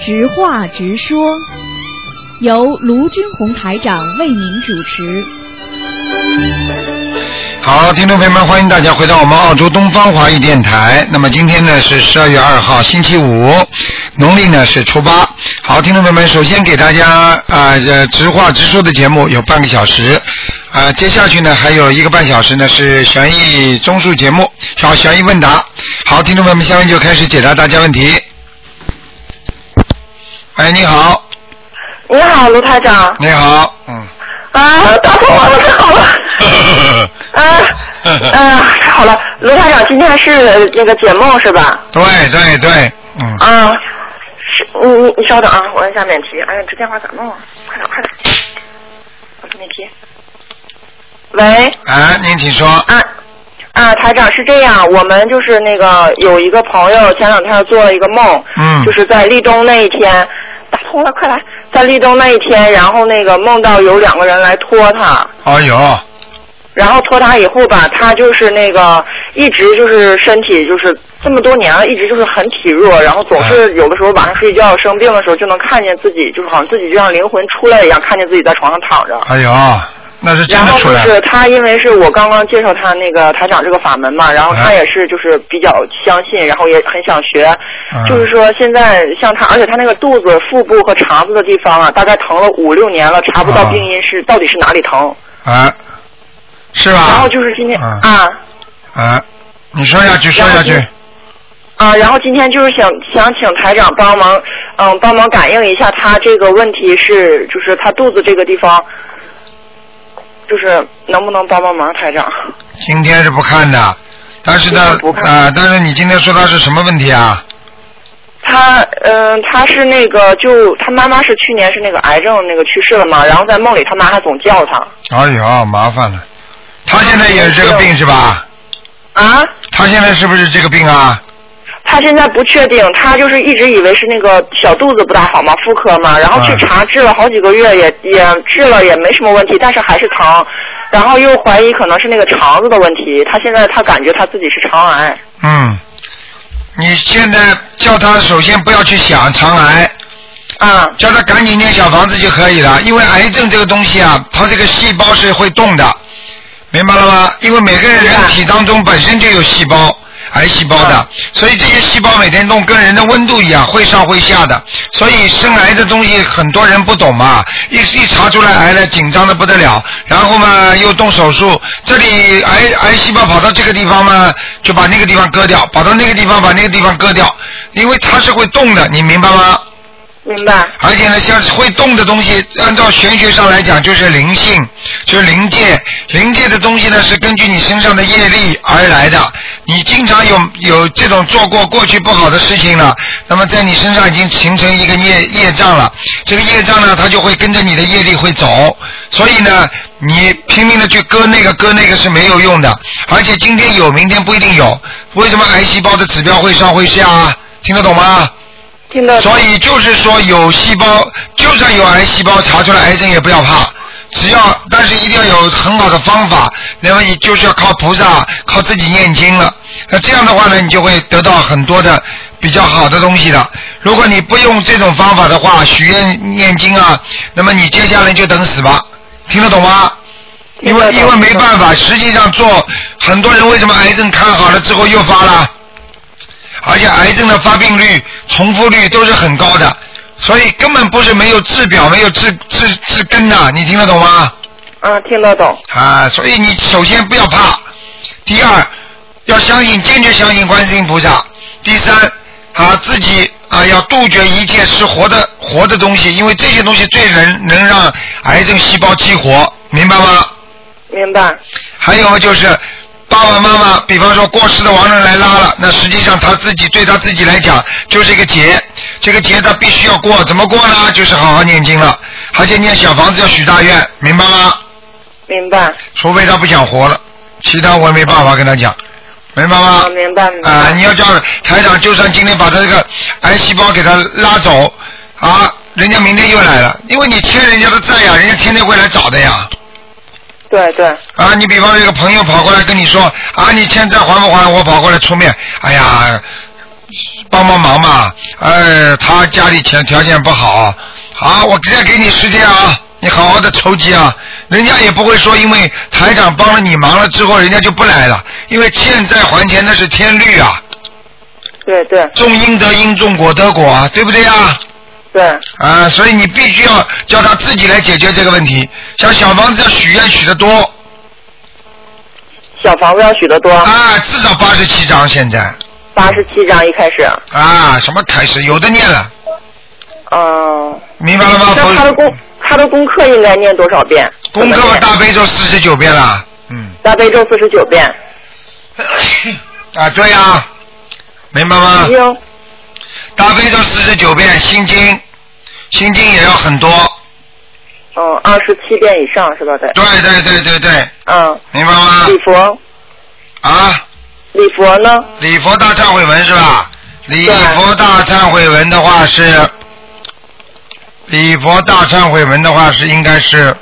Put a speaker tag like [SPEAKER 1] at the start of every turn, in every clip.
[SPEAKER 1] 直话直说，由卢军红台长为您主持。
[SPEAKER 2] 好，听众朋友们，欢迎大家回到我们澳洲东方华语电台。那么今天呢是十二月二号，星期五，农历呢是初八。好，听众朋友们，首先给大家啊、呃，直话直说的节目有半个小时，啊、接下去呢还有一个半小时呢是悬疑综述节目，好，悬疑问答。好，听众朋友们，下面就开始解答大家问题。哎，你好，
[SPEAKER 3] 你好，卢台长。
[SPEAKER 2] 你好，嗯，
[SPEAKER 3] 啊，打通我了，太好了。啊，啊，太好了，卢台长，今天是呃那个解梦是吧？
[SPEAKER 2] 对对对，嗯，
[SPEAKER 3] 啊，是，你你你稍等啊，我按下免提。哎呀，这电话咋弄啊？快点快点，我这免提。喂，
[SPEAKER 2] 哎，您请说，
[SPEAKER 3] 啊啊，台长是这样，我们就是那个有一个朋友前两天做了一个梦，
[SPEAKER 2] 嗯
[SPEAKER 3] 就，是在立冬那一天，打通了，快来，在立冬那一天，然后那个梦到有两个人来拖他，
[SPEAKER 2] 哦哟。
[SPEAKER 3] 然后拖他以后吧，他就是那个一直就是身体就是这么多年了，一直就是很体弱，然后总是有的时候晚上睡觉生病的时候就能看见自己，就是好像自己就像灵魂出来一样，看见自己在床上躺着。
[SPEAKER 2] 哎呦，那是真
[SPEAKER 3] 然
[SPEAKER 2] 的
[SPEAKER 3] 后
[SPEAKER 2] 出
[SPEAKER 3] 就
[SPEAKER 2] 来
[SPEAKER 3] 是
[SPEAKER 2] 了。
[SPEAKER 3] 他，因为是我刚刚介绍他那个台长这个法门嘛，然后他
[SPEAKER 2] 嗯
[SPEAKER 3] 也是就是比较相信，然后也很想学，
[SPEAKER 2] 嗯
[SPEAKER 3] 就是说现在像他，而且他那个肚子、腹部和肠子的地方啊，大概疼了五六年了，查不到
[SPEAKER 2] 啊
[SPEAKER 3] 病因是到底是哪里疼。
[SPEAKER 2] 啊，是
[SPEAKER 3] 然
[SPEAKER 2] 吧
[SPEAKER 3] 后？就是今天
[SPEAKER 2] 嗯
[SPEAKER 3] 啊
[SPEAKER 2] 啊，你说下去，说下去
[SPEAKER 3] 然后。啊，然后今天就是想想请台长帮忙，嗯，帮忙感应一下他这个问题是，就是他肚子这个地方，就是能不能帮帮忙，台长？
[SPEAKER 2] 今天是不看的，但是呢
[SPEAKER 3] 今天不，看
[SPEAKER 2] 啊，但是你今天说他是什么问题啊？
[SPEAKER 3] 他嗯，他是那个就他妈妈是去年是那个癌症那个去世了嘛，然后在梦里他妈还总叫他
[SPEAKER 2] 哎呦，麻烦了。他现在也是这个病是吧？
[SPEAKER 3] 啊。
[SPEAKER 2] 他现在是不是这个病啊？
[SPEAKER 3] 他现在不确定，他就是一直以为是那个小肚子不大好嘛，妇科嘛，然后去
[SPEAKER 2] 嗯
[SPEAKER 3] 查治了好几个月，也也治了也没什么问题，但是还是疼，然后又怀疑可能是那个肠子的问题。他现在他感觉他自己是肠癌，
[SPEAKER 2] 嗯，你现在叫他首先不要去想肠癌，
[SPEAKER 3] 啊、
[SPEAKER 2] 叫他赶紧念小房子就可以了，因为癌症这个东西啊，它这个细胞是会动的，明白了吗？因为每个人
[SPEAKER 3] 明白
[SPEAKER 2] 人体当中本身就有细胞，癌细胞的，所以这些细胞每天动跟人的温度一样，会上会下的。所以生癌的东西很多人不懂嘛，一一查出来癌了，紧张的不得了，然后嘛又动手术，这里癌癌细胞跑到这个地方嘛，就把那个地方割掉，跑到那个地方把那个地方割掉，因为它是会动的，你明白吗？
[SPEAKER 3] 明白，
[SPEAKER 2] 而且呢，像是会动的东西，按照玄学上来讲，就是灵性，就是灵界。灵界的东西呢，是根据你身上的业力而来的。你经常有有这种做过过去不好的事情了，那么在你身上已经形成一个业业障了。这个业障呢，它就会跟着你的业力会走。所以呢，你拼命的去割那个割那个是没有用的。而且今天有，明天不一定有。为什么癌细胞的指标会上会下啊？听得懂吗？
[SPEAKER 3] 听得
[SPEAKER 2] 所以就是说，有细胞，就算有癌细胞查出来癌症也不要怕，只要但是一定要有很好的方法，那么你就是要靠菩萨，靠自己念经了。那这样的话呢，你就会得到很多的比较好的东西的。如果你不用这种方法的话，许愿念经啊，那么你接下来就等死吧。听得懂吗？因为因为没办法，实际上做很多人为什么癌症看好了之后又发了？而且癌症的发病率、重复率都是很高的，所以根本不是没有治表、没有治治治根呐、你听得懂吗？
[SPEAKER 3] 嗯，听得懂，
[SPEAKER 2] 啊，所以你首先不要怕，第二要相信，坚决相信观世音菩萨。第三啊，自己啊要杜绝一切吃活的活的东西，因为这些东西最能能让癌症细胞激活，明白吗？
[SPEAKER 3] 明白，
[SPEAKER 2] 还有就是爸爸妈妈，比方说过世的亡人来拉了，那实际上他自己对他自己来讲就是一个劫，这个劫他必须要过，怎么过呢？就是好好念经了，而且念小房子要许大愿，明白吗？
[SPEAKER 3] 明白，
[SPEAKER 2] 除非他不想活了，其他我也没办法跟他讲，明白吗
[SPEAKER 3] 啊，？明白，明白，
[SPEAKER 2] 啊、你要叫台长，就算今天把他这个癌细胞给他拉走，啊，人家明天又来了，因为你欠人家的债呀，人家天天会来找的呀。
[SPEAKER 3] 对对，
[SPEAKER 2] 啊，你比方说有个朋友跑过来跟你说，啊，你欠债还不还？我跑过来出面，哎呀，帮帮忙嘛。呃，他家里条条件不好，好，我再给你时间啊，你好好的筹集啊。人家也不会说，因为台长帮了你忙了之后，人家就不来了，因为欠债还钱那是天律啊，
[SPEAKER 3] 对对
[SPEAKER 2] 种因得因，种果得果啊，对不对啊？
[SPEAKER 3] 对，
[SPEAKER 2] 啊，所以你必须要叫他自己来解决这个问题。像小房子要许愿许得多
[SPEAKER 3] 小房子要许得多，
[SPEAKER 2] 啊，至少八十七张现在
[SPEAKER 3] 八十七张一开始，
[SPEAKER 2] 啊，什么开始有的念了，
[SPEAKER 3] 嗯，
[SPEAKER 2] 明白了吗？
[SPEAKER 3] 那他的功他的功课应该念多少遍？
[SPEAKER 2] 功
[SPEAKER 3] 怎么
[SPEAKER 2] 课
[SPEAKER 3] 念
[SPEAKER 2] 大悲咒四十九遍 了，嗯，
[SPEAKER 3] 大悲咒四十九遍，
[SPEAKER 2] 啊，对呀、明白吗
[SPEAKER 3] 已？经
[SPEAKER 2] 大悲咒四十九遍，心经，心经也要很多，
[SPEAKER 3] 嗯二十七遍以上是吧？对，
[SPEAKER 2] 对对对对对，
[SPEAKER 3] 嗯，
[SPEAKER 2] 明白吗？
[SPEAKER 3] 礼佛
[SPEAKER 2] 啊，
[SPEAKER 3] 礼佛呢？
[SPEAKER 2] 礼佛大忏悔文是吧？礼
[SPEAKER 3] 对
[SPEAKER 2] 佛大忏悔文的话是，礼佛大忏悔文的话是应该是，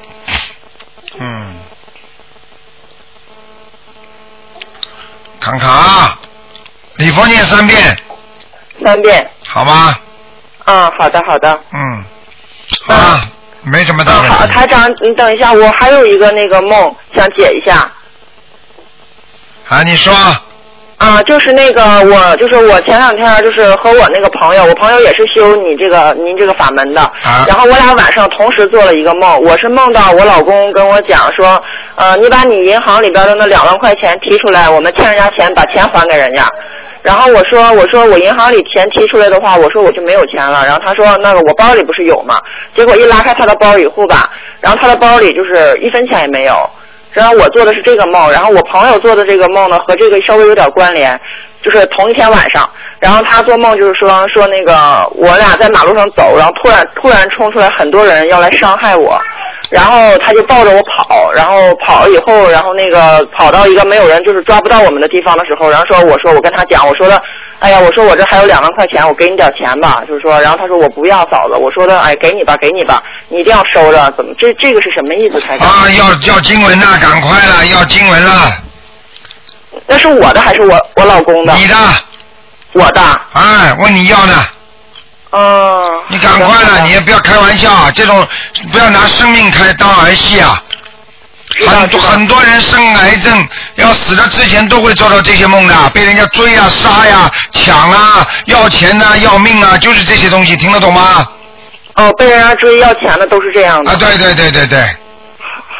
[SPEAKER 2] 嗯，看看啊，礼佛念三遍，
[SPEAKER 3] 三遍，
[SPEAKER 2] 好吗？
[SPEAKER 3] 嗯，好的好的。
[SPEAKER 2] 嗯，好了，没什么大
[SPEAKER 3] 啊，
[SPEAKER 2] 问
[SPEAKER 3] 好，
[SPEAKER 2] 题。
[SPEAKER 3] 台长，你等一下，我还有一个那个梦想解一下。
[SPEAKER 2] 啊，你说，
[SPEAKER 3] 啊，就是那个我，就是我前两天就是和我那个朋友，我朋友也是修你这个您这个法门的，
[SPEAKER 2] 啊
[SPEAKER 3] 然后我俩晚上同时做了一个梦，我是梦到我老公跟我讲说，呃，你把你银行里边的那两万块钱提出来，我们欠人家钱，把钱还给人家。然后我说，我说我银行里钱提出来的话，我说我就没有钱了。然后他说，那个我包里不是有吗？结果一拉开他的包以后吧，然后他的包里就是一分钱也没有。然后我做的是这个梦，然后我朋友做的这个梦呢和这个稍微有点关联，就是同一天晚上，然后他做梦就是说说那个我俩在马路上走，然后突然突然冲出来很多人要来伤害我，然后他就抱着我跑，然后跑了以后，然后那个跑到一个没有人就是抓不到我们的地方的时候，然后说我说我跟他讲我说的。哎呀，我说我这还有两万块钱，我给你点钱吧，就是说，然后他说我不要嫂子，我说的，哎，给你吧，给你吧，你一定要收着，怎么这这个是什么意思，台长？
[SPEAKER 2] 啊，要要经文了，赶快了，要经文了，
[SPEAKER 3] 那是我的还是我我老公的？
[SPEAKER 2] 你的，
[SPEAKER 3] 我的。
[SPEAKER 2] 哎，问你要呢，
[SPEAKER 3] 嗯。
[SPEAKER 2] 你赶快啊了，你也不要开玩笑，啊，这种不要拿生命开当儿戏啊。
[SPEAKER 3] 知道
[SPEAKER 2] 很多
[SPEAKER 3] 知道
[SPEAKER 2] 很多人生癌症要死的之前都会做到这些梦的，被人家追啊、杀呀、抢啊、要钱呐、要命啊，就是这些东西，听得懂吗？
[SPEAKER 3] 哦，被人家追要钱的都是这样的。
[SPEAKER 2] 啊，对对对对对，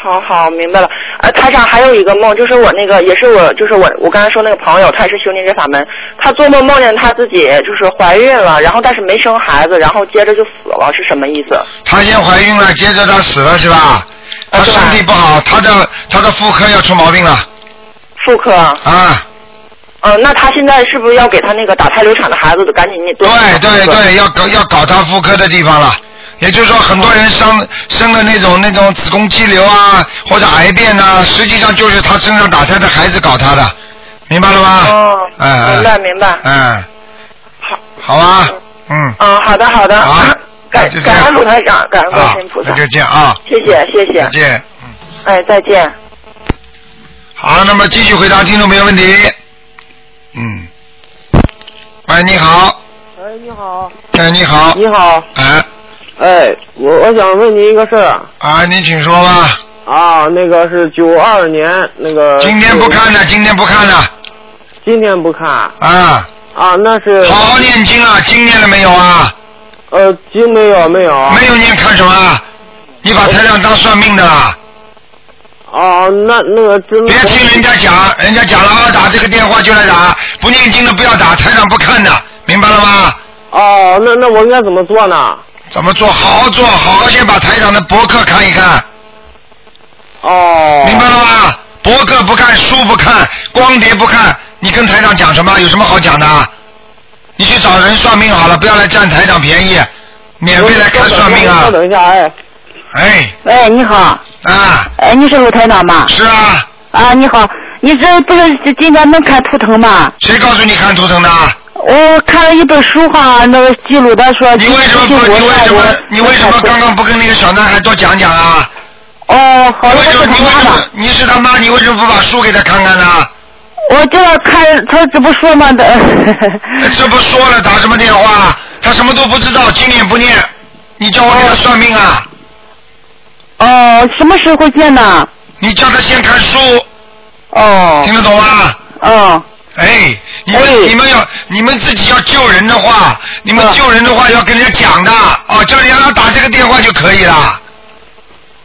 [SPEAKER 3] 好好，明白了。呃，台长还有一个梦，就是我那个，也是我，就是我，我刚才说那个朋友，他也是修炼这法门，他做梦梦见他自己就是怀孕了，然后但是没生孩子，然后接着就死了，是什么意思？
[SPEAKER 2] 她先怀孕了，接着她死了是吧？她
[SPEAKER 3] 是吧
[SPEAKER 2] 身体不好，她的她的妇科要出毛病了
[SPEAKER 3] 妇科？
[SPEAKER 2] 啊！
[SPEAKER 3] 嗯、那他现在是不是要给他那个打胎流产的孩子赶紧那多
[SPEAKER 2] 对对对，要搞要搞她妇科的地方了。也就是说，很多人生
[SPEAKER 3] 哦
[SPEAKER 2] 生了那种那种子宫肌瘤啊，或者癌变呐、实际上就是她身上打胎的孩子搞她的，明白了吗？
[SPEAKER 3] 哦
[SPEAKER 2] 嗯嗯
[SPEAKER 3] 明白明白
[SPEAKER 2] 嗯，
[SPEAKER 3] 好，
[SPEAKER 2] 好啊，嗯，
[SPEAKER 3] 嗯，好的好的，
[SPEAKER 2] 好，
[SPEAKER 3] 感
[SPEAKER 2] 那就这
[SPEAKER 3] 感
[SPEAKER 2] 样
[SPEAKER 3] 恩卢台长，感恩
[SPEAKER 2] 啊
[SPEAKER 3] 观世音菩，萨
[SPEAKER 2] 那，就这样啊，
[SPEAKER 3] 谢谢谢谢
[SPEAKER 2] 再，见。嗯
[SPEAKER 3] 哎，再见。
[SPEAKER 2] 好，那么继续回答听众朋友问题。嗯，喂，你好，
[SPEAKER 4] 哎，你好，
[SPEAKER 2] 哎，你好，
[SPEAKER 4] 你好，
[SPEAKER 2] 哎，
[SPEAKER 4] 哎，我我想问您一个事儿
[SPEAKER 2] 啊，你请说吧。
[SPEAKER 4] 啊，那个是九二年那个。
[SPEAKER 2] 今天不看了，今天不看了，
[SPEAKER 4] 今天不看
[SPEAKER 2] 啊，
[SPEAKER 4] 啊，那是
[SPEAKER 2] 好好念经啊，经念了没有啊？
[SPEAKER 4] 呃，今没有没有
[SPEAKER 2] 没有念看什么啊？你把台长当算命的啦？
[SPEAKER 4] 啊，那那个真
[SPEAKER 2] 别听人家讲，人家讲了啊，打这个电话就来打，不念经的不要打，台长不看的，明白了吗？
[SPEAKER 4] 哦，那那我应该怎么做呢？
[SPEAKER 2] 怎么做？好好做，好好先把台长的博客看一看。
[SPEAKER 4] 哦，
[SPEAKER 2] 明白了吗？博客不看，书不看，光碟不看，你跟台长讲什么？有什么好讲的啊？你去找人算命好了，不要来占台长便宜，免费来看算命啊
[SPEAKER 4] 稍！等一下，哎，
[SPEAKER 2] 哎，
[SPEAKER 5] 喂，你好，
[SPEAKER 2] 啊，
[SPEAKER 5] 哎，你是卢台长吗？
[SPEAKER 2] 是啊，
[SPEAKER 5] 啊，你好，你这不是今天能看图腾吗？啊
[SPEAKER 2] 谁告诉你看图腾的？
[SPEAKER 5] 我看了一本书哈，那个记录的说，
[SPEAKER 2] 你为什么不？
[SPEAKER 5] 就是
[SPEAKER 2] 你为什么
[SPEAKER 5] 我看？
[SPEAKER 2] 你为什么刚？刚不跟那个小男孩多讲讲啊？
[SPEAKER 5] 哦，好了，
[SPEAKER 2] 为
[SPEAKER 5] 我
[SPEAKER 2] 什
[SPEAKER 5] 是
[SPEAKER 2] 么？你
[SPEAKER 5] 他
[SPEAKER 2] 为
[SPEAKER 5] 妈
[SPEAKER 2] 什么
[SPEAKER 5] 妈。？
[SPEAKER 2] 你是他妈，你为什么不把书给他看看呢？
[SPEAKER 4] 我就要看他这不说嘛的，
[SPEAKER 2] 哎这不说了，打什么电话？他什么都不知道，经也不念，你叫我给他算命啊？
[SPEAKER 4] 哦，什么时候见呢？
[SPEAKER 2] 你叫他先看书，
[SPEAKER 4] 哦
[SPEAKER 2] 听得懂吗？
[SPEAKER 4] 哦
[SPEAKER 2] 哎，你们、
[SPEAKER 4] 哎
[SPEAKER 2] 你们要你们自己要救人的话，你们
[SPEAKER 4] 啊
[SPEAKER 2] 救人的话要跟人家讲的哦，叫人家打这个电话就可以 了，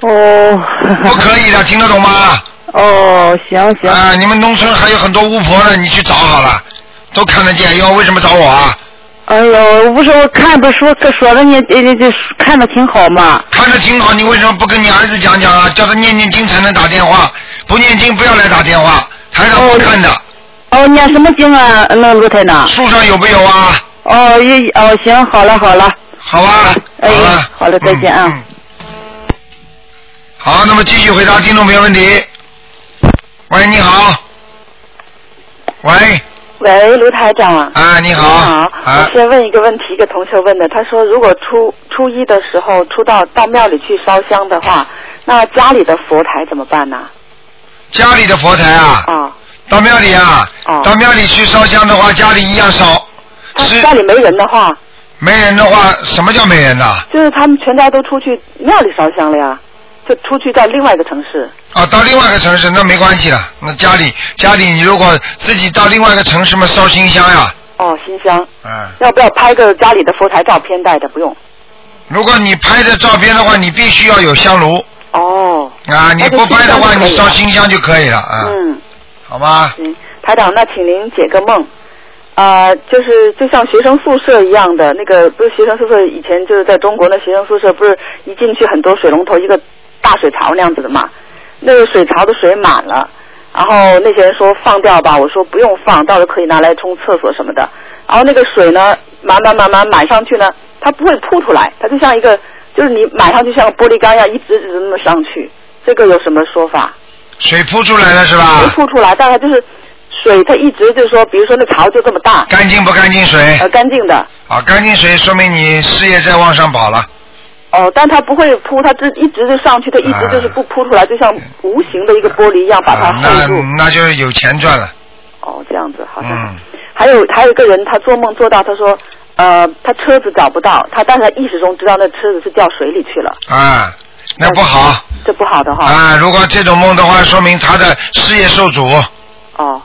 [SPEAKER 4] 哦
[SPEAKER 2] 不可以的，听得懂吗？
[SPEAKER 4] 哦，行行，
[SPEAKER 2] 啊、你们农村还有很多巫婆呢，你去找好了，都看得见。要为什么找我啊？
[SPEAKER 4] 哎呦，不是我看本书，可说的你这这这看的挺好嘛，
[SPEAKER 2] 看着挺好，你为什么不跟你儿子讲讲啊？叫他念念经才能打电话，不念经不要来打电话。台长不看的，
[SPEAKER 4] 哦，念什么经啊？那卢台长？
[SPEAKER 2] 树上有没有啊？
[SPEAKER 4] 哦，一哦，行，好了好了，
[SPEAKER 2] 好吧，
[SPEAKER 4] 哎
[SPEAKER 2] 好了，
[SPEAKER 4] 好了再见啊
[SPEAKER 2] 嗯嗯好，那么继续回答听众朋友问题。喂，你好。喂，
[SPEAKER 3] 喂，卢台长。
[SPEAKER 2] 啊，你好。
[SPEAKER 3] 我
[SPEAKER 2] 啊，
[SPEAKER 3] 先问一个问题，一个同学问的，他说如果初初一的时候出到到庙里去烧香的话，那家里的佛台怎么办呢？
[SPEAKER 2] 家里的佛台啊，
[SPEAKER 3] 啊，
[SPEAKER 2] 到庙里啊，
[SPEAKER 3] 哦
[SPEAKER 2] 到庙里去烧香的话，家里一样烧。
[SPEAKER 3] 那
[SPEAKER 2] 是
[SPEAKER 3] 家里没人的话，
[SPEAKER 2] 没人的话，什么叫没人呐、啊？
[SPEAKER 3] 就是他们全家都出去庙里烧香了呀，就出去到另外一个城市。
[SPEAKER 2] 哦到另外一个城市那没关系了。那家里家里，你如果自己到另外一个城市嘛，烧新香呀、
[SPEAKER 3] 哦，新香，
[SPEAKER 2] 嗯，
[SPEAKER 3] 要不要拍个家里的佛台照片带着？不用。
[SPEAKER 2] 如果你拍的照片的话，你必须要有香炉。
[SPEAKER 3] 哦，
[SPEAKER 2] 啊，你
[SPEAKER 3] 那就
[SPEAKER 2] 不拍的话，
[SPEAKER 3] 新疆就可以
[SPEAKER 2] 你烧
[SPEAKER 3] 了
[SPEAKER 2] 新香就可以了啊，
[SPEAKER 3] 嗯，
[SPEAKER 2] 好吧？
[SPEAKER 3] 行，嗯台长，那请您解个梦。啊、就是就像学生宿舍一样的那个，不是学生宿舍，以前就是在中国那学生宿舍，不是一进去很多水龙头，一个大水槽那样子的嘛。那个水槽的水满了，然后那些人说放掉吧，我说不用放，到时候可以拿来冲厕所什么的。然后那个水呢，满满满满满上去呢，它不会扑出来，它就像一个，就是你满上去像个玻璃缸一样，一直一直那么上去。这个有什么说法？
[SPEAKER 2] 水扑出来了是
[SPEAKER 3] 没
[SPEAKER 2] 吧？
[SPEAKER 3] 吐出来，大概就是水，它一直就是说，比如说那槽就这么大，
[SPEAKER 2] 干净不干净水？
[SPEAKER 3] 呃，干净的，
[SPEAKER 2] 啊，干净水说明你事业在往上跑了。
[SPEAKER 3] 哦，但它不会扑，它这一直就上去，它一直就是不扑出来，就像无形的一个玻璃一样把它
[SPEAKER 2] 啊那
[SPEAKER 3] 厚住。
[SPEAKER 2] 那就是有钱赚了。
[SPEAKER 3] 哦，这样子好像。
[SPEAKER 2] 嗯，
[SPEAKER 3] 还有还有一个人，他做梦做到，他说，呃，他车子找不到，他但是他意识中知道那车子是掉水里去了，
[SPEAKER 2] 啊，那不好
[SPEAKER 3] 这不好的哈。
[SPEAKER 2] 啊！如果这种梦的话，说明他的事业受阻
[SPEAKER 3] 哦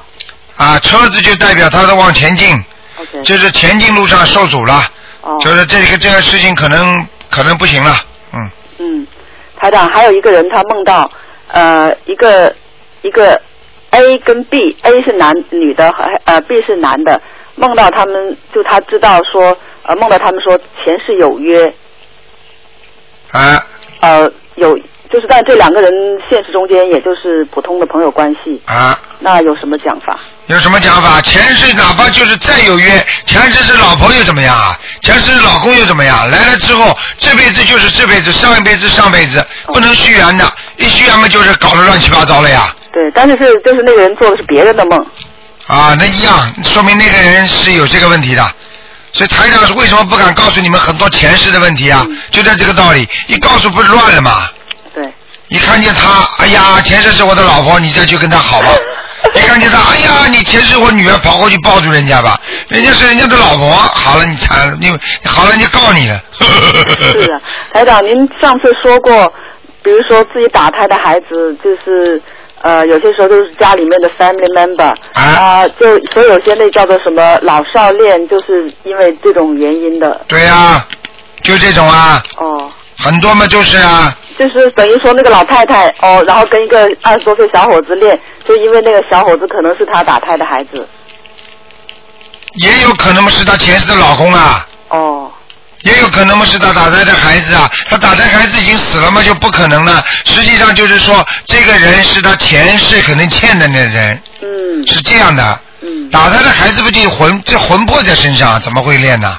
[SPEAKER 2] 啊。车子就代表他在往前进，
[SPEAKER 3] ，OK，
[SPEAKER 2] 就是前进路上受阻了，
[SPEAKER 3] 哦，
[SPEAKER 2] 就是这个这个事情可能可能不行了。嗯，
[SPEAKER 3] 嗯，台长，还有一个人他梦到呃一个一个 A 跟 B，A 是男女的，还呃 B 是男的，梦到他们就他知道说呃梦到他们说前世有约，
[SPEAKER 2] 啊，
[SPEAKER 3] 呃有就是但这两个人现实中间也就是普通的朋友关系，
[SPEAKER 2] 啊，
[SPEAKER 3] 那有什么讲法？
[SPEAKER 2] 有什么讲法？前世哪怕就是再有约，前世是老婆又怎么样啊？前世是老公又怎么样？啊来了之后，这辈子就是这辈子，上一辈子上辈子，不能续缘的，一续缘嘛就是搞得乱七八糟了呀。
[SPEAKER 3] 对，但是是就是那个人做的是别人的梦，
[SPEAKER 2] 啊，那一样，说明那个人是有这个问题的。所以台长是为什么不敢告诉你们很多前世的问题啊？就在这个道理，一告诉不是乱了吗？
[SPEAKER 3] 对，
[SPEAKER 2] 一看见他，哎呀，前世是我的老婆，你再去跟他好吧。一看见他，哎呀，你前世我女儿，跑过去抱住人家吧，人家是人家的老婆。好了，你惨了，你好了，人家告你了。
[SPEAKER 3] 是啊的，台长，您上次说过，比如说自己打胎的孩子，就是呃，有些时候就是家里面的 family member 啊、就所以有些那叫做什么老少恋，就是因为这种原因的
[SPEAKER 2] 对呀、就这种啊，
[SPEAKER 3] 哦。
[SPEAKER 2] 很多嘛就是啊，
[SPEAKER 3] 就是等于说那个老太太哦，然后跟一个二十多岁小伙子恋，就因为那个小伙子可能是她打胎的孩子
[SPEAKER 2] 也有可能嘛是她前世的老公啊。
[SPEAKER 3] 哦
[SPEAKER 2] 也有可能嘛是他打胎的孩子啊，他打胎孩子已经死了嘛，就不可能了。实际上就是说，这个人是他前世可能欠的那人，
[SPEAKER 3] 嗯
[SPEAKER 2] 是这样的。
[SPEAKER 3] 嗯
[SPEAKER 2] 打胎的孩子不就有魂这魂魄在身上，啊怎么会练呢？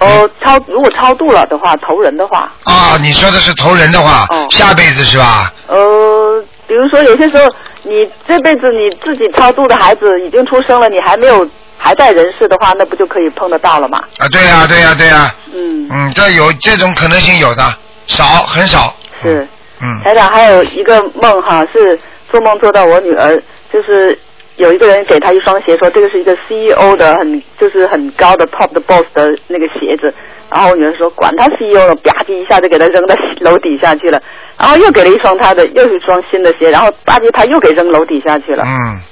[SPEAKER 3] 哦超如果超度了的话，投人的话
[SPEAKER 2] 啊，你说的是投人的话，
[SPEAKER 3] 哦
[SPEAKER 2] 下辈子是吧？
[SPEAKER 3] 呃，比如说有些时候，你这辈子你自己超度的孩子已经出生了，你还没有还在人世的话，那不就可以碰得到了吗？
[SPEAKER 2] 啊，对呀、对呀、对呀、
[SPEAKER 3] 嗯，
[SPEAKER 2] 嗯，这有这种可能性有的，少很少。
[SPEAKER 3] 是。
[SPEAKER 2] 嗯，
[SPEAKER 3] 台长还有一个梦哈，是做梦做到我女儿，就是有一个人给他一双鞋，说这个是一个 CEO 的很就是很高的 top 的 boss 的那个鞋子。然后我女儿说管他 CEO 了，吧唧一下就给他扔到楼底下去了。然后又给了一双他的，又是一双新的鞋，然后吧唧他又给扔楼底下去了。
[SPEAKER 2] 嗯，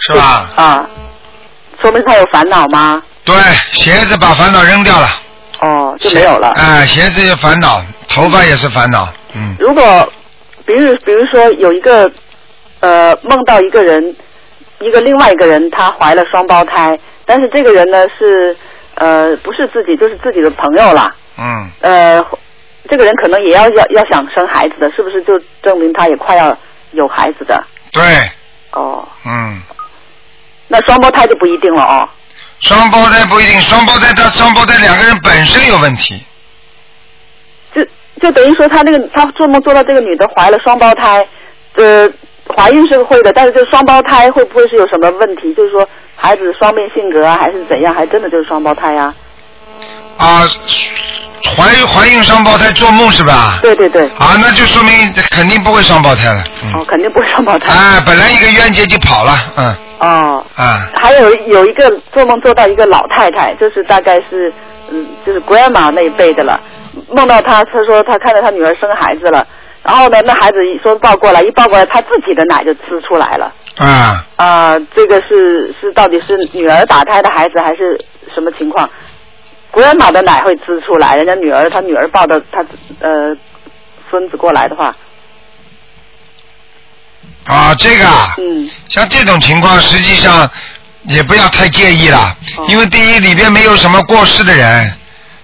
[SPEAKER 2] 是吧？
[SPEAKER 3] 啊，说明他有烦恼吗？
[SPEAKER 2] 对，鞋子把烦恼扔掉了，
[SPEAKER 3] 哦，就没有了。
[SPEAKER 2] 哎、鞋子也烦恼，头发也是烦恼，嗯，
[SPEAKER 3] 如果比如比如说有一个呃梦到一个人，一个另外一个人她怀了双胞胎，但是这个人呢是呃不是自己就是自己的朋友啦，
[SPEAKER 2] 嗯，
[SPEAKER 3] 呃这个人可能也要要要想生孩子的，是不是就证明他也快要有孩子的？
[SPEAKER 2] 对，
[SPEAKER 3] 哦，
[SPEAKER 2] 嗯，
[SPEAKER 3] 那双胞胎就不一定了哦。
[SPEAKER 2] 双胞胎不一定，双胞胎他双胞胎两个人本身有问题，
[SPEAKER 3] 就就等于说他那个他做梦做到这个女的怀了双胞胎，呃，怀孕是会的，但是这双胞胎会不会是有什么问题？就是说孩子双面性格啊，还是怎样？还真的就是双胞胎啊？
[SPEAKER 2] 啊，怀怀孕双胞胎做梦是吧？
[SPEAKER 3] 对对对，
[SPEAKER 2] 啊，那就说明肯定不会双胞胎了，嗯，
[SPEAKER 3] 哦，肯定不是双胞胎。
[SPEAKER 2] 哎，本来一个冤结就跑了，嗯，
[SPEAKER 3] 哦，
[SPEAKER 2] 啊，
[SPEAKER 3] 还有有一个做梦做到一个老太太，就是大概是嗯，就是 grandma 那一辈的了，梦到她，她说她看到她女儿生孩子了，然后呢，那孩子一说抱过来，一抱过来，她自己的奶就呲出来了。
[SPEAKER 2] 啊，
[SPEAKER 3] 啊、这个是是到底是女儿打胎的孩子还是什么情况？古人马的奶会滋出来，人家女儿她女儿抱着她呃孙子过来的话，
[SPEAKER 2] 啊，这个啊，
[SPEAKER 3] 嗯，
[SPEAKER 2] 像这种情况，实际上也不要太介意了，因为第一里边没有什么过世的人，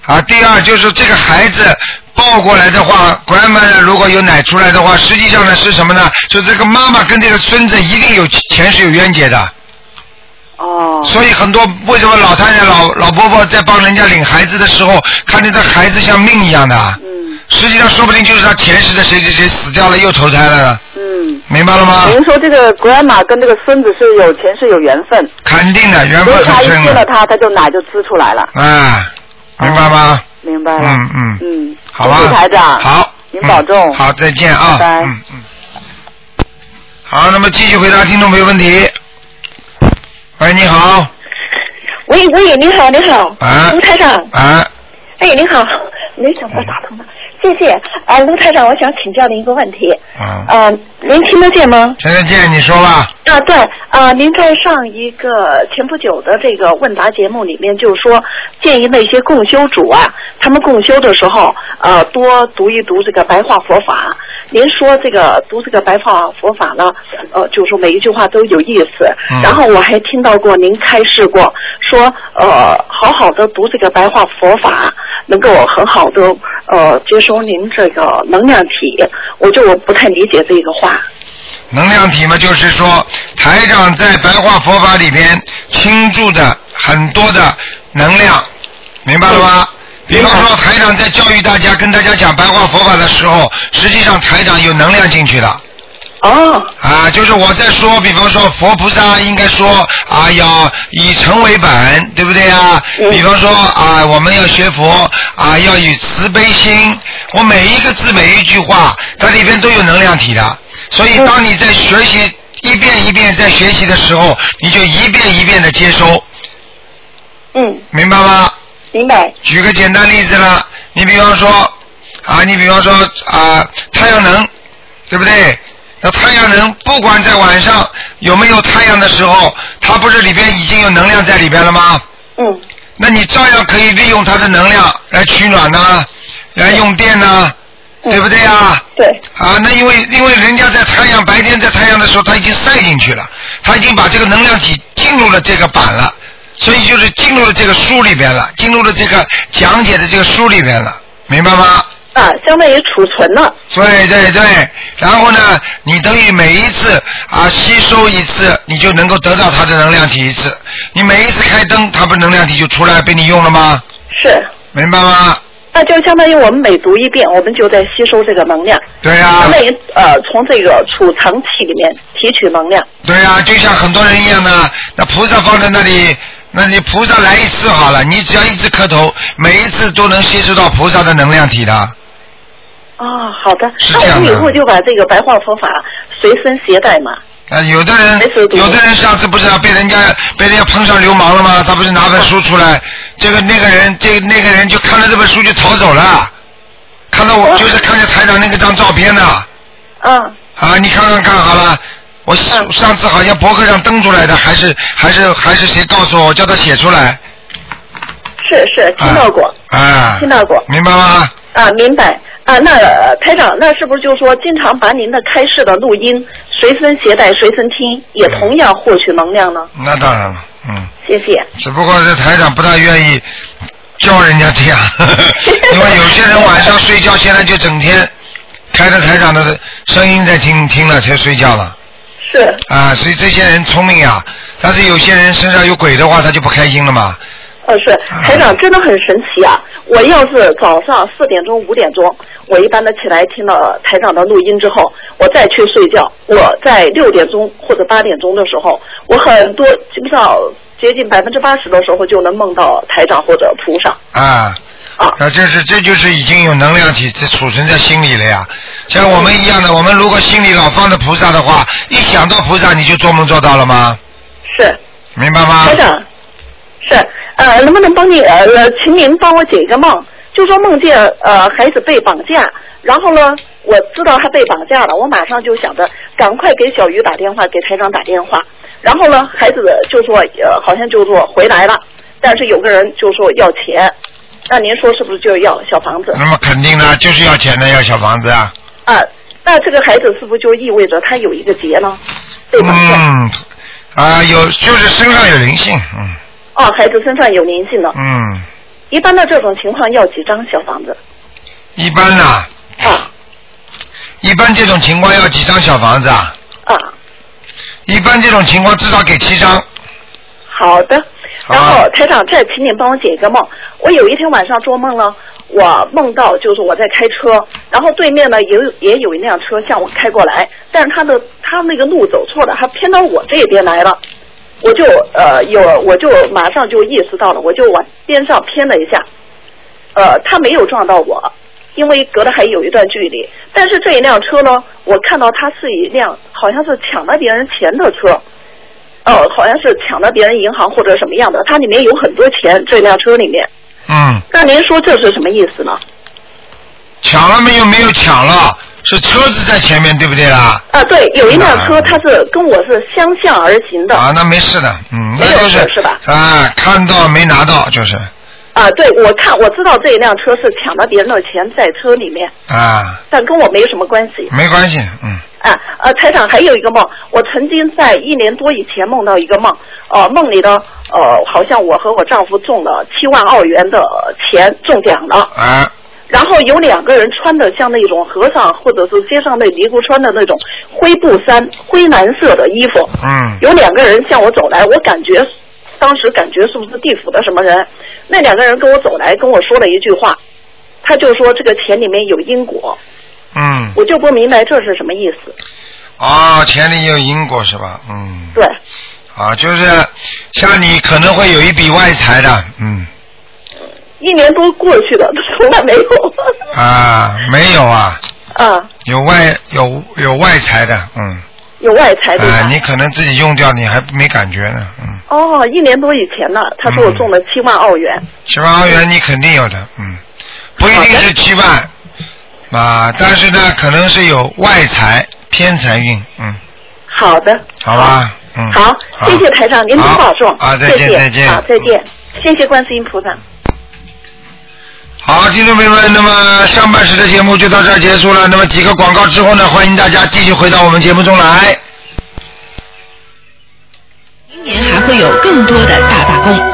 [SPEAKER 2] 啊，第二就是这个孩子抱过来的话，管妈如果有奶出来的话，实际上呢是什么呢？就这个妈妈跟这个孙子一定有前世有冤结的，
[SPEAKER 3] 哦，
[SPEAKER 2] 所以很多为什么老太太、老老伯伯在帮人家领孩子的时候，看见这孩子像命一样的，啊
[SPEAKER 3] 嗯
[SPEAKER 2] 实际上说不定就是他前世的谁谁谁死掉了又投胎了呢，
[SPEAKER 3] 嗯，
[SPEAKER 2] 明白了吗？
[SPEAKER 3] 等于说这个古人马跟这个孙子是有前世有缘分，
[SPEAKER 2] 肯定的，缘
[SPEAKER 3] 所
[SPEAKER 2] 分
[SPEAKER 3] 以他
[SPEAKER 2] 很
[SPEAKER 3] 一
[SPEAKER 2] 深
[SPEAKER 3] 见到
[SPEAKER 2] 的，
[SPEAKER 3] 他，他就奶就滋出来了，
[SPEAKER 2] 啊，明白吗？
[SPEAKER 3] 明白了，
[SPEAKER 2] 嗯嗯
[SPEAKER 3] 嗯，
[SPEAKER 2] 好吧
[SPEAKER 3] 谢谢台长，
[SPEAKER 2] 好，
[SPEAKER 3] 您保重
[SPEAKER 2] 嗯好，再见啊。
[SPEAKER 3] 拜拜
[SPEAKER 2] 嗯嗯。好，那么继续回答听众朋友问题。喂，你好。
[SPEAKER 6] 喂喂，你好，你好，
[SPEAKER 2] 啊
[SPEAKER 6] 卢台长，
[SPEAKER 2] 啊，
[SPEAKER 6] 哎，你好，没想到打通了，谢谢。啊、卢台长，我想请教您一个问题，
[SPEAKER 2] 嗯，
[SPEAKER 3] 哎
[SPEAKER 6] 呃，您听得见吗？
[SPEAKER 2] 陈再见，你说吧。
[SPEAKER 6] 啊，对，啊，您在上一个前不久的这个问答节目里面就说，建议那些共修主啊，他们共修的时候，呃，多读一读这个白话佛法。您说这个读这个白话佛法呢，呃，就说每一句话都有意思。
[SPEAKER 2] 嗯
[SPEAKER 6] 然后我还听到过您开示过，说呃，好好的读这个白话佛法，能够很好的呃接收您这个能量体。我就我不太理解这个话。
[SPEAKER 2] 能量体嘛，就是说台长在白话佛法里边倾注的很多的能量，明白了吗？比方说台长在教育大家、跟大家讲白话佛法的时候，实际上台长有能量进去的。
[SPEAKER 6] 哦，
[SPEAKER 2] 啊，就是我在说，比方说佛菩萨应该说啊，要以诚为本，对不对啊？
[SPEAKER 6] 嗯
[SPEAKER 2] 比方说啊，我们要学佛啊，要以慈悲心。我每一个字每一句话，它里边都有能量体
[SPEAKER 6] 嗯
[SPEAKER 2] 的。所以，当你在学习一遍一遍在学习的时候，你就一遍一遍的接收，
[SPEAKER 6] 嗯，
[SPEAKER 2] 明白吗？
[SPEAKER 6] 明白。
[SPEAKER 2] 举个简单例子啦，你比方说啊，你比方说啊，太阳能，对不对？那太阳能不管在晚上有没有太阳的时候，它不是里边已经有能量在里边了吗？
[SPEAKER 6] 嗯
[SPEAKER 2] 那你照样可以利用它的能量来取暖呐、来用电呐、
[SPEAKER 6] 嗯
[SPEAKER 2] 对不对啊？，
[SPEAKER 6] 对，
[SPEAKER 2] 啊，那因为因为人家在太阳白天在太阳的时候，他已经晒进去了，他已经把这个能量体进入了这个板了，所以就是进入了这个书里边了，进入了这个讲解的这个书里边了，明白吗？
[SPEAKER 6] 啊，相当于储存了。
[SPEAKER 2] 对对对，然后呢，你等于每一次啊吸收一次，你就能够得到它的能量体一次。你每一次开灯，它不能量体就出来被你用了吗？
[SPEAKER 6] 是，
[SPEAKER 2] 明白吗？
[SPEAKER 6] 那就相当于我们每读一遍，我们就在吸收这个能量，
[SPEAKER 2] 对呀、
[SPEAKER 6] 相当于呃从这个储藏器里面提取能量。
[SPEAKER 2] 对呀、就像很多人一样呢，那菩萨放在那里，那你菩萨来一次好了，你只要一直磕头，每一次都能吸收到菩萨的能量体的。
[SPEAKER 6] 哦，好的
[SPEAKER 2] 是，
[SPEAKER 6] 那
[SPEAKER 2] 这样
[SPEAKER 6] 我们
[SPEAKER 2] 的
[SPEAKER 6] 以后就把这个白话佛法随身携带嘛。
[SPEAKER 2] 啊，有的人
[SPEAKER 7] 没死毒
[SPEAKER 2] 有的人上次不是啊被人家被人家碰上流氓了吗？他不是拿本书出
[SPEAKER 3] 哦
[SPEAKER 2] 来，这个那个人这个那个人就看了这本书就逃走了，看到
[SPEAKER 3] 哦
[SPEAKER 2] 我就是看见台长那个张照片的
[SPEAKER 3] 嗯，
[SPEAKER 2] 啊，你看看看好了。我上上次好像博客上登出来的，还是还是还是谁告诉我，我叫他写出来。
[SPEAKER 3] 是是，听到过。
[SPEAKER 2] 啊。啊
[SPEAKER 3] 听到过
[SPEAKER 2] 明白吗？
[SPEAKER 3] 啊，明白啊。那呃台长，那是不是就说经常把您的开示的录音随身携带、随身听，也
[SPEAKER 2] 嗯
[SPEAKER 3] 同样获取能量呢？
[SPEAKER 2] 那当然了，嗯。
[SPEAKER 3] 谢谢。
[SPEAKER 2] 只不过这台长不大愿意教人家这样， 因为有些人晚上睡觉现在就整天开着台长的声音在听听了才睡觉了
[SPEAKER 3] 是
[SPEAKER 2] 啊，所以这些人聪明呀、但是有些人身上有鬼的话，他就不开心了嘛。
[SPEAKER 3] 呃，是台长真的很神奇啊！我要是早上四点钟、五点钟，我一般的起来听了台长的录音之后，我再去睡觉。我在六点钟或者八点钟的时候，我很多基本上接近百分之八十的时候就能梦到台长或者菩萨
[SPEAKER 2] 啊。
[SPEAKER 3] 啊
[SPEAKER 2] 那这是这就是已经有能量体这储存在心里了呀，像我们一样的，我们如果心里老放着菩萨的话，一想到菩萨你就做梦做到了吗？
[SPEAKER 3] 是。
[SPEAKER 2] 明白吗？
[SPEAKER 3] 台长，是呃，能不能帮你呃，呃请您帮我解一个梦？就说梦见呃孩子被绑架，然后呢，我知道他被绑架了，我马上就想着赶快给小鱼打电话，给台长打电话。然后呢，孩子就说呃，好像就说回来了，但是有个人就说要钱，那您说是不是就要小房子
[SPEAKER 2] 那么肯定的，就是要钱的，要小房子啊。
[SPEAKER 3] 啊？那这个孩子是不是就意味着他有一个劫呢？被绑架、
[SPEAKER 2] 嗯，啊，有就是身上有灵性，嗯
[SPEAKER 3] 啊，孩子身上有灵性呢。
[SPEAKER 2] 嗯，
[SPEAKER 3] 一般的这种情况要几张小房子
[SPEAKER 2] 一般呐、
[SPEAKER 3] 啊？
[SPEAKER 2] 一般这种情况要几张小房子啊？
[SPEAKER 3] 啊，
[SPEAKER 2] 一般这种情况至少给七张，
[SPEAKER 3] 好的。
[SPEAKER 2] 好
[SPEAKER 3] 然
[SPEAKER 2] 吧
[SPEAKER 3] 后台长，再请你帮我解一个梦。我有一天晚上做梦呢，我梦到就是我在开车，然后对面呢也有也有一辆车向我开过来，但是他的他那个路走错了，他偏到我这边来了。我就呃有我就马上就意识到了，我就往边上偏了一下，呃，他没有撞到我，因为隔得还有一段距离。但是这一辆车呢，我看到它是一辆好像是抢了别人钱的车，哦，好像是抢了别人银行或者什么样的，它里面有很多钱，这辆车里面。
[SPEAKER 2] 嗯，
[SPEAKER 3] 那您说这是什么意思呢？
[SPEAKER 2] 抢了没有？没有抢了，是车子在前面，对不对啦？
[SPEAKER 3] 啊，对，有一辆
[SPEAKER 2] 啊
[SPEAKER 3] 车它是跟我是相向而行的。
[SPEAKER 2] 啊，那没事的，嗯，那就
[SPEAKER 3] 没有
[SPEAKER 2] 是
[SPEAKER 3] 事是吧
[SPEAKER 2] 啊，看到没拿到就是
[SPEAKER 3] 啊，对，我看我知道这一辆车是抢了别人的钱在车里面，
[SPEAKER 2] 啊，
[SPEAKER 3] 但跟我没什么关系。
[SPEAKER 2] 没关系，嗯
[SPEAKER 3] 啊，呃，台长还有一个梦，我曾经在一年多以前梦到一个梦，呃，梦里呢，呃，好像我和我丈夫中了七万澳元的钱中奖了，
[SPEAKER 2] 啊，
[SPEAKER 3] 然后有两个人穿的像那种和尚或者是街上那尼姑穿的那种灰布衫、灰蓝色的衣服，
[SPEAKER 2] 嗯
[SPEAKER 3] 有两个人向我走来，我感觉当时感觉是不是地府的什么人？那两个人跟我走来，跟我说了一句话，他就说这个钱里面有因果，
[SPEAKER 2] 嗯，
[SPEAKER 3] 我就不明白这是什么意思。
[SPEAKER 2] 哦，钱里有因果是吧？嗯，
[SPEAKER 3] 对，
[SPEAKER 2] 啊，就是像你可能会有一笔外财的，嗯。
[SPEAKER 3] 一年多过去了，从来没有。
[SPEAKER 2] 啊，没有啊，
[SPEAKER 3] 啊，
[SPEAKER 2] 有外有有外财的，嗯，
[SPEAKER 3] 有外财哎对
[SPEAKER 2] 啊，
[SPEAKER 3] 吧？
[SPEAKER 2] 你可能自己用掉，你还没感觉呢，嗯，
[SPEAKER 3] 哦，一年多以前呢，他说我中了七万澳元。
[SPEAKER 2] 七万澳元你肯定有的，嗯，不一定是七万，啊，但是呢，可能是有外财偏财运，嗯，
[SPEAKER 3] 好的，
[SPEAKER 2] 好吧，嗯，
[SPEAKER 3] 好，谢谢台长，您多保重。
[SPEAKER 2] 好啊，再
[SPEAKER 3] 谢
[SPEAKER 2] 见
[SPEAKER 3] 谢
[SPEAKER 2] 再见，嗯
[SPEAKER 3] 好，再见，谢谢观世音菩萨。
[SPEAKER 2] 好，听众朋友们，那么上半时的节目就到这儿结束了。那么几个广告之后呢，欢迎大家继续回到我们节目中来。
[SPEAKER 6] 明年还会有更多的大罢工。